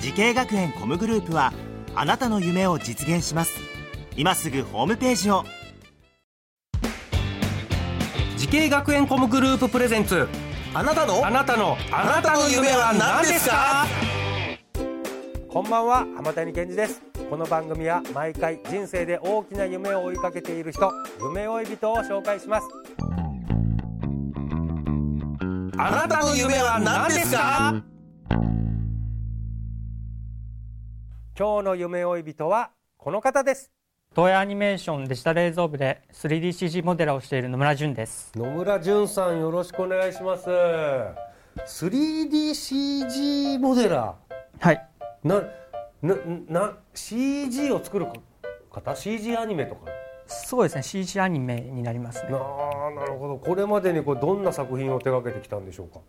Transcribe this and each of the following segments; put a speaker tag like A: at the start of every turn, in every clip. A: 時系学園コムグループはあなたの夢を実現します今すぐホームページを
B: 時系学園コムグループプレゼンツ
C: あなたの
B: あなたのあなたの夢は何ですかこんばんは浜谷健二ですこの番組は毎回人生で大きな夢を追いかけている人夢追い人を紹介しますあなたの夢は何ですか今日の夢追い人はこの方です
D: 東映アニメーションデジタル映像部で 3DCG モデラーをしている野村淳です
B: 野村淳さんよろしくお願いします 3DCG モデラ
D: はい
B: ーななな CG を作る方 CG アニメとか
D: そうですね CG アニメになります
B: な
D: ね
B: あなるほどこれまでにこれどんな作品を手掛けてきたんでしょうか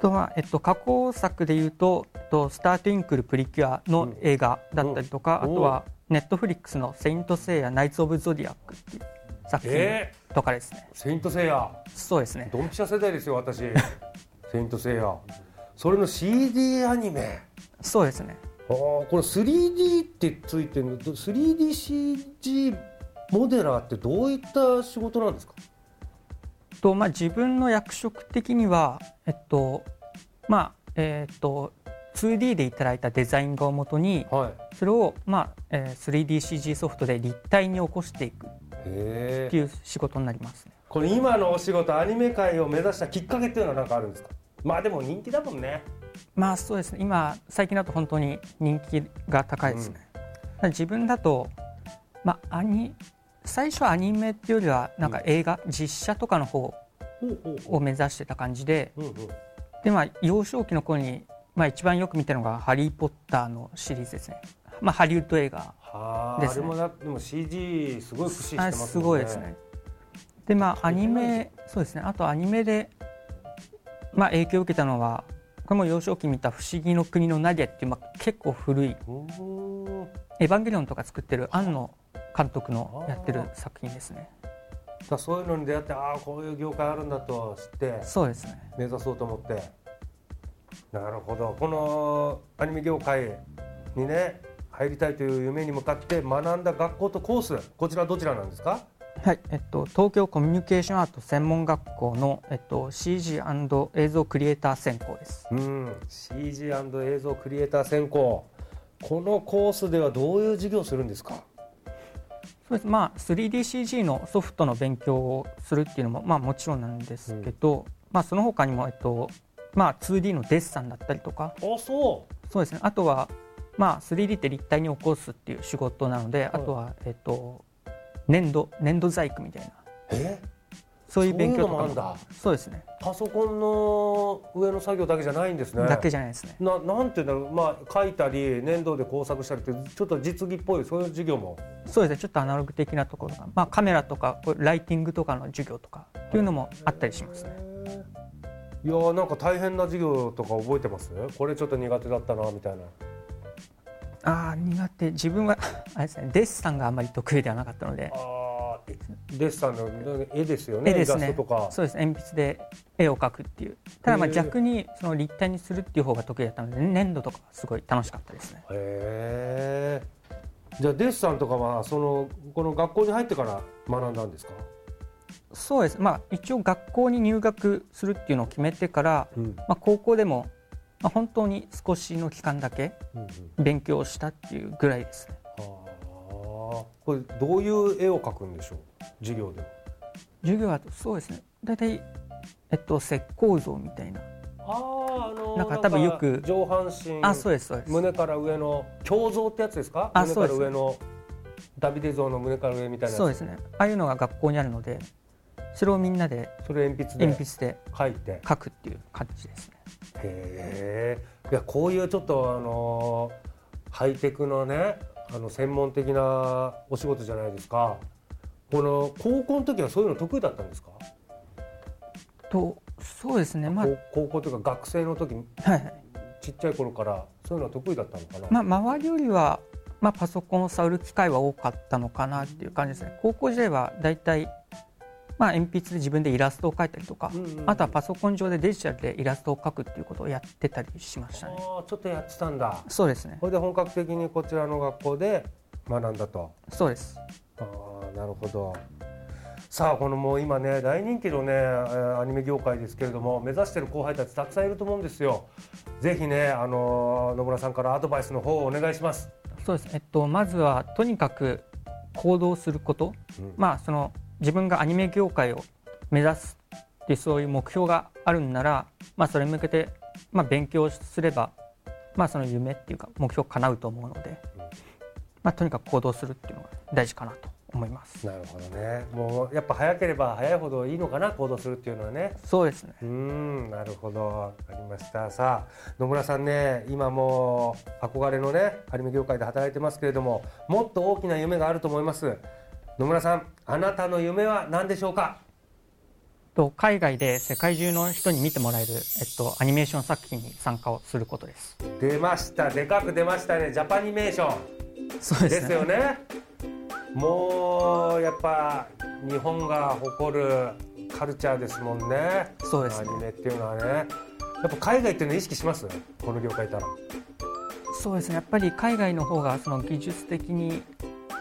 D: とは、えっと、加工作でいうとえっと「スター・トゥインクル・プリキュア」の映画だったりとか、
B: うん
D: あとはネットフリックスの「セイント・セイヤナイツ・オブ・ゾディアック」っていう作
B: え
D: 品とかですね、
B: 「セイント・セイヤ
D: そうです」ね
B: ドンピシャ世代ですよ 私「セイント・セイヤ」それの CD アニメ
D: そうですね
B: ああこれ 3D ってついてるの 3DCG モデラーってどういった仕事なんですか
D: と、まあ、自分の役職的にはえっとまあえっと 2D でいただいたデザイン画をもとに
B: はい
D: それを、まあえー、3DCG ソフトで立体に起こしていく
B: へ
D: って
B: え
D: いう仕事になりますね
B: これ今のお仕事アニメ界を目指したきっかけっていうのは何かあるんですかまあでも人気だもんね
D: まあそうですね今最近だと本当に人気が高いですね、ただ自分だと、まあ、アニ最初はアニメっていうよりはなんか映画、実写とかの方
B: ほうほう
D: を目指してた感じで
B: うんうん
D: で、まあ、幼少期の頃に、まあ、一番よく見たのが「ハリー・ポッター」のシリーズですね、まあ、ハリウッド映画
B: はあ、
D: で
B: あ
D: す
B: れ
D: ね
B: もだっても CG すごい駆使してますもんね
D: あすごいですねでまあアニメそうですねあとアニメで、まあ、影響を受けたのはこれも幼少期見た「不思議の国のナディア」っていう、まあ、結構古いう
B: ーん
D: 「エヴァンゲリオン」とか作ってる庵野監督のやってる作品ですね
B: だからそういうのに出会ってああこういう業界あるんだと知って
D: そうですね
B: 目指そうと思ってなるほどこのアニメ業界にね入りたいという夢に向かって学んだ学校とコースこちらどちらなんですか
D: はいえっと、東京コミュニケーションアート専門学校の、えっと、CG& 映像クリエイター専攻です
B: うん CG& 映像クリエイター専攻このコースではどういう授業をするんですか
D: そうですまあ 3DCG のソフトの勉強をするっていうのも、まあ、もちろんなんですけど、まあ、その他にも、えっとまあ、2D のデッサンだったりとか
B: あそう
D: そうですねあとは、まあ、3D って立体に起こすっていう仕事なのであとは、えっと、粘土粘土細工みたいな
B: え
D: そういう勉強
B: そういう
D: とか
B: のもあるんだ
D: そうですね
B: パソコンの上の作業だけじゃないんですね
D: だけじゃないですね
B: ななんていうんだろう、まあ、書いたり粘土で工作したりってちょっと実技っぽいそういう授業も
D: そうですねちょっとアナログ的なところが、まあ、カメラとかこうライティングとかの授業とかっていうのもあったりしますね
B: いやーなんか大変な授業とか覚えてますこれちょっと苦手だったなみたいな
D: ああ苦手自分は あれですねデッサンがあまり得意ではなかったので
B: あーデッサンの絵ですよね
D: 絵です
B: イラ
D: ね
B: ストとか
D: そうです鉛筆で絵を描くっていうただまあ
B: へえ
D: 逆にその立体にするっていう方が得意だったので粘土とかすごい楽しかったですね
B: へえじゃあデッサンとかはそのこの学校に入ってから学んだんですか、
D: そうですまあ一応学校に入学するっていうのを決めてから、
B: うん
D: まあ、高校でも、まあ、本当に少しの期間だけ
B: うんうん、
D: 勉強したっていうぐらいですね
B: はあこれどういう絵を描くんでしょう授業では
D: 授業はそうですね大体えっと石膏像みたいな
B: あああの
D: なんか多分よく
B: 上半身
D: あそうですそうです
B: 胸から上の胸像ってやつですか
D: あ
B: 胸
D: そ
B: から
D: うです
B: 上のダビデ像の胸から上みたいなやつ
D: そうですねああいうのが学校にあるのでそれをみんなで
B: それ鉛筆で
D: 鉛筆で
B: 書いて
D: 書くっていう感じですね。
B: へえいやこういうちょっとあのーハイテクのねあの専門的なお仕事じゃないですかこの高校の時はそういうの得意だったんですか、
D: とそうですねまあ
B: こう高校というか学生の時
D: はいはい
B: ちっちゃい頃からそういうのは得意だったのかな、
D: まあ、周りよりは、まあ、パソコンを触る機会は多かったのかなっていう感じですね高校時代はだいたい、まあ、鉛筆で自分でイラストを描いたりとか、
B: うんうんうん
D: あとはパソコン上でデジタルでイラストを描くっていうことをやってたりしましたね
B: あーちょっとやってたんだ
D: そうですね
B: それで本格的にこちらの学校で学んだと
D: そうです
B: ああなるほどさあこのもう今ね大人気のねえーアニメ業界ですけれども目指してる後輩たちたくさんいると思うんですよぜひねあのー野村さんからアドバイスの方をお願いします、
D: そうです、えっと、まずはとにかく行動すること、
B: うん
D: まあ、その自分がアニメ業界を目指すっていうそういう目標があるんなら、まあ、それに向けて、まあ、勉強すれば、まあ、その夢っていうか目標叶うと思うので、まあ、とにかく行動するっていうのが大事かなと思います。
B: なるほどねもうやっぱ早ければ早いほどいいのかな行動するっていうのはね
D: そうですね
B: うーんなるほどわかりましたさあ野村さんね今もう憧れのねアニメ業界で働いてますけれどももっと大きな夢があると思います野村さんあなたの夢は何でしょうか
D: と海外で世界中の人に見てもらえる、えっと、アニメーション作品に参加をすることです。
B: 出ましたでかく出ましたねジャパニメーション
D: そう
B: ですよねもうやっぱ日本が誇るカルチャーですもんね
D: そうですね
B: アニメっていうのはねやっぱ海外っていうの意識しますこの業界いたら
D: そうですねやっぱり海外の方がその技術的に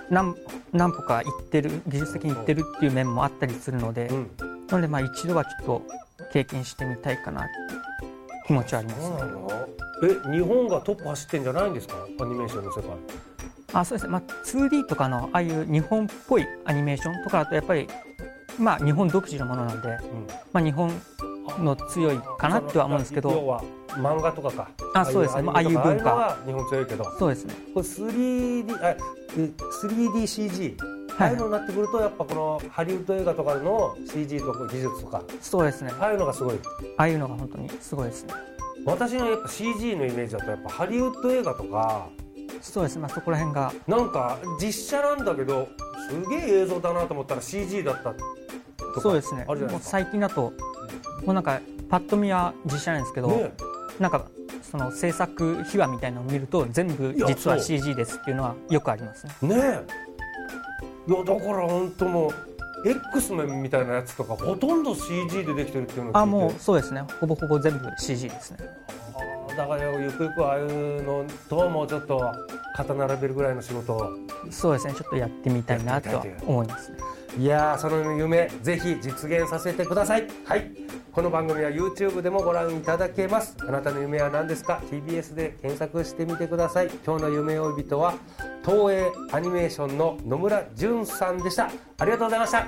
D: 何何歩か行ってる技術的に行ってるっていう面もあったりするので、
B: うん
D: なのでまあ一度はちょっと経験してみたいかなって気持ちはあります、
B: そうなのえ日本がトップ走ってんじゃないんですかアニメーションの世界
D: あそうですね、まあ、2D とかのああいう日本っぽいアニメーションとかだとやっぱりまあ日本独自のものなので、
B: ん
D: まあ、日本の強いかなっては思うんですけ
B: 要
D: ど
B: は漫画とかか
D: あそうですね
B: ああいうアニメとか
D: ああいう文化
B: ああいうのは日本強いけどこ
D: そうですね
B: れ 3D あえ 3DCG あ
D: は
B: あ
D: い
B: いうのになってくるとやっぱこのハリウッド映画とかの CG とか技術とか
D: そうですね
B: ああいうのがすごい
D: ああいうのが本当にすごいですね
B: 私のやっぱ CG のイメージだとやっぱハリウッド映画とか
D: そうですね、まあ、そこら辺が
B: なんか実写なんだけどすげえ映像だなと思ったら CG だったとか
D: そうですね
B: あるじゃない
D: もう
B: ですか
D: 最近だともうなんかパッと見は実写なんですけど、
B: ね
D: なんかその制作秘話みたいなのを見ると全部
B: いや
D: 実は
B: そう
D: CG ですっていうのはよくあります
B: ね
D: ね
B: えいやだから本当もう X メンみたいなやつとかほとんど CG でできてるっていうのを聞いて
D: あもうそうですねほぼほぼ全部 CG ですね
B: あーだからゆくゆくはああいうのともうちょっと肩並べるぐらいの仕事を
D: そうですねちょっとやってみたいなとは思いますね
B: いやーその夢ぜひ実現させてくださいはいこの番組は YouTube でもご覧いただけますあなたの夢は何ですか TBS で検索してみてください今日の夢追い人は東映アニメーションの野村淳さんでしたありがとうございました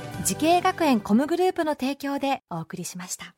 E: 時系学園コムグループの提供でお送りしました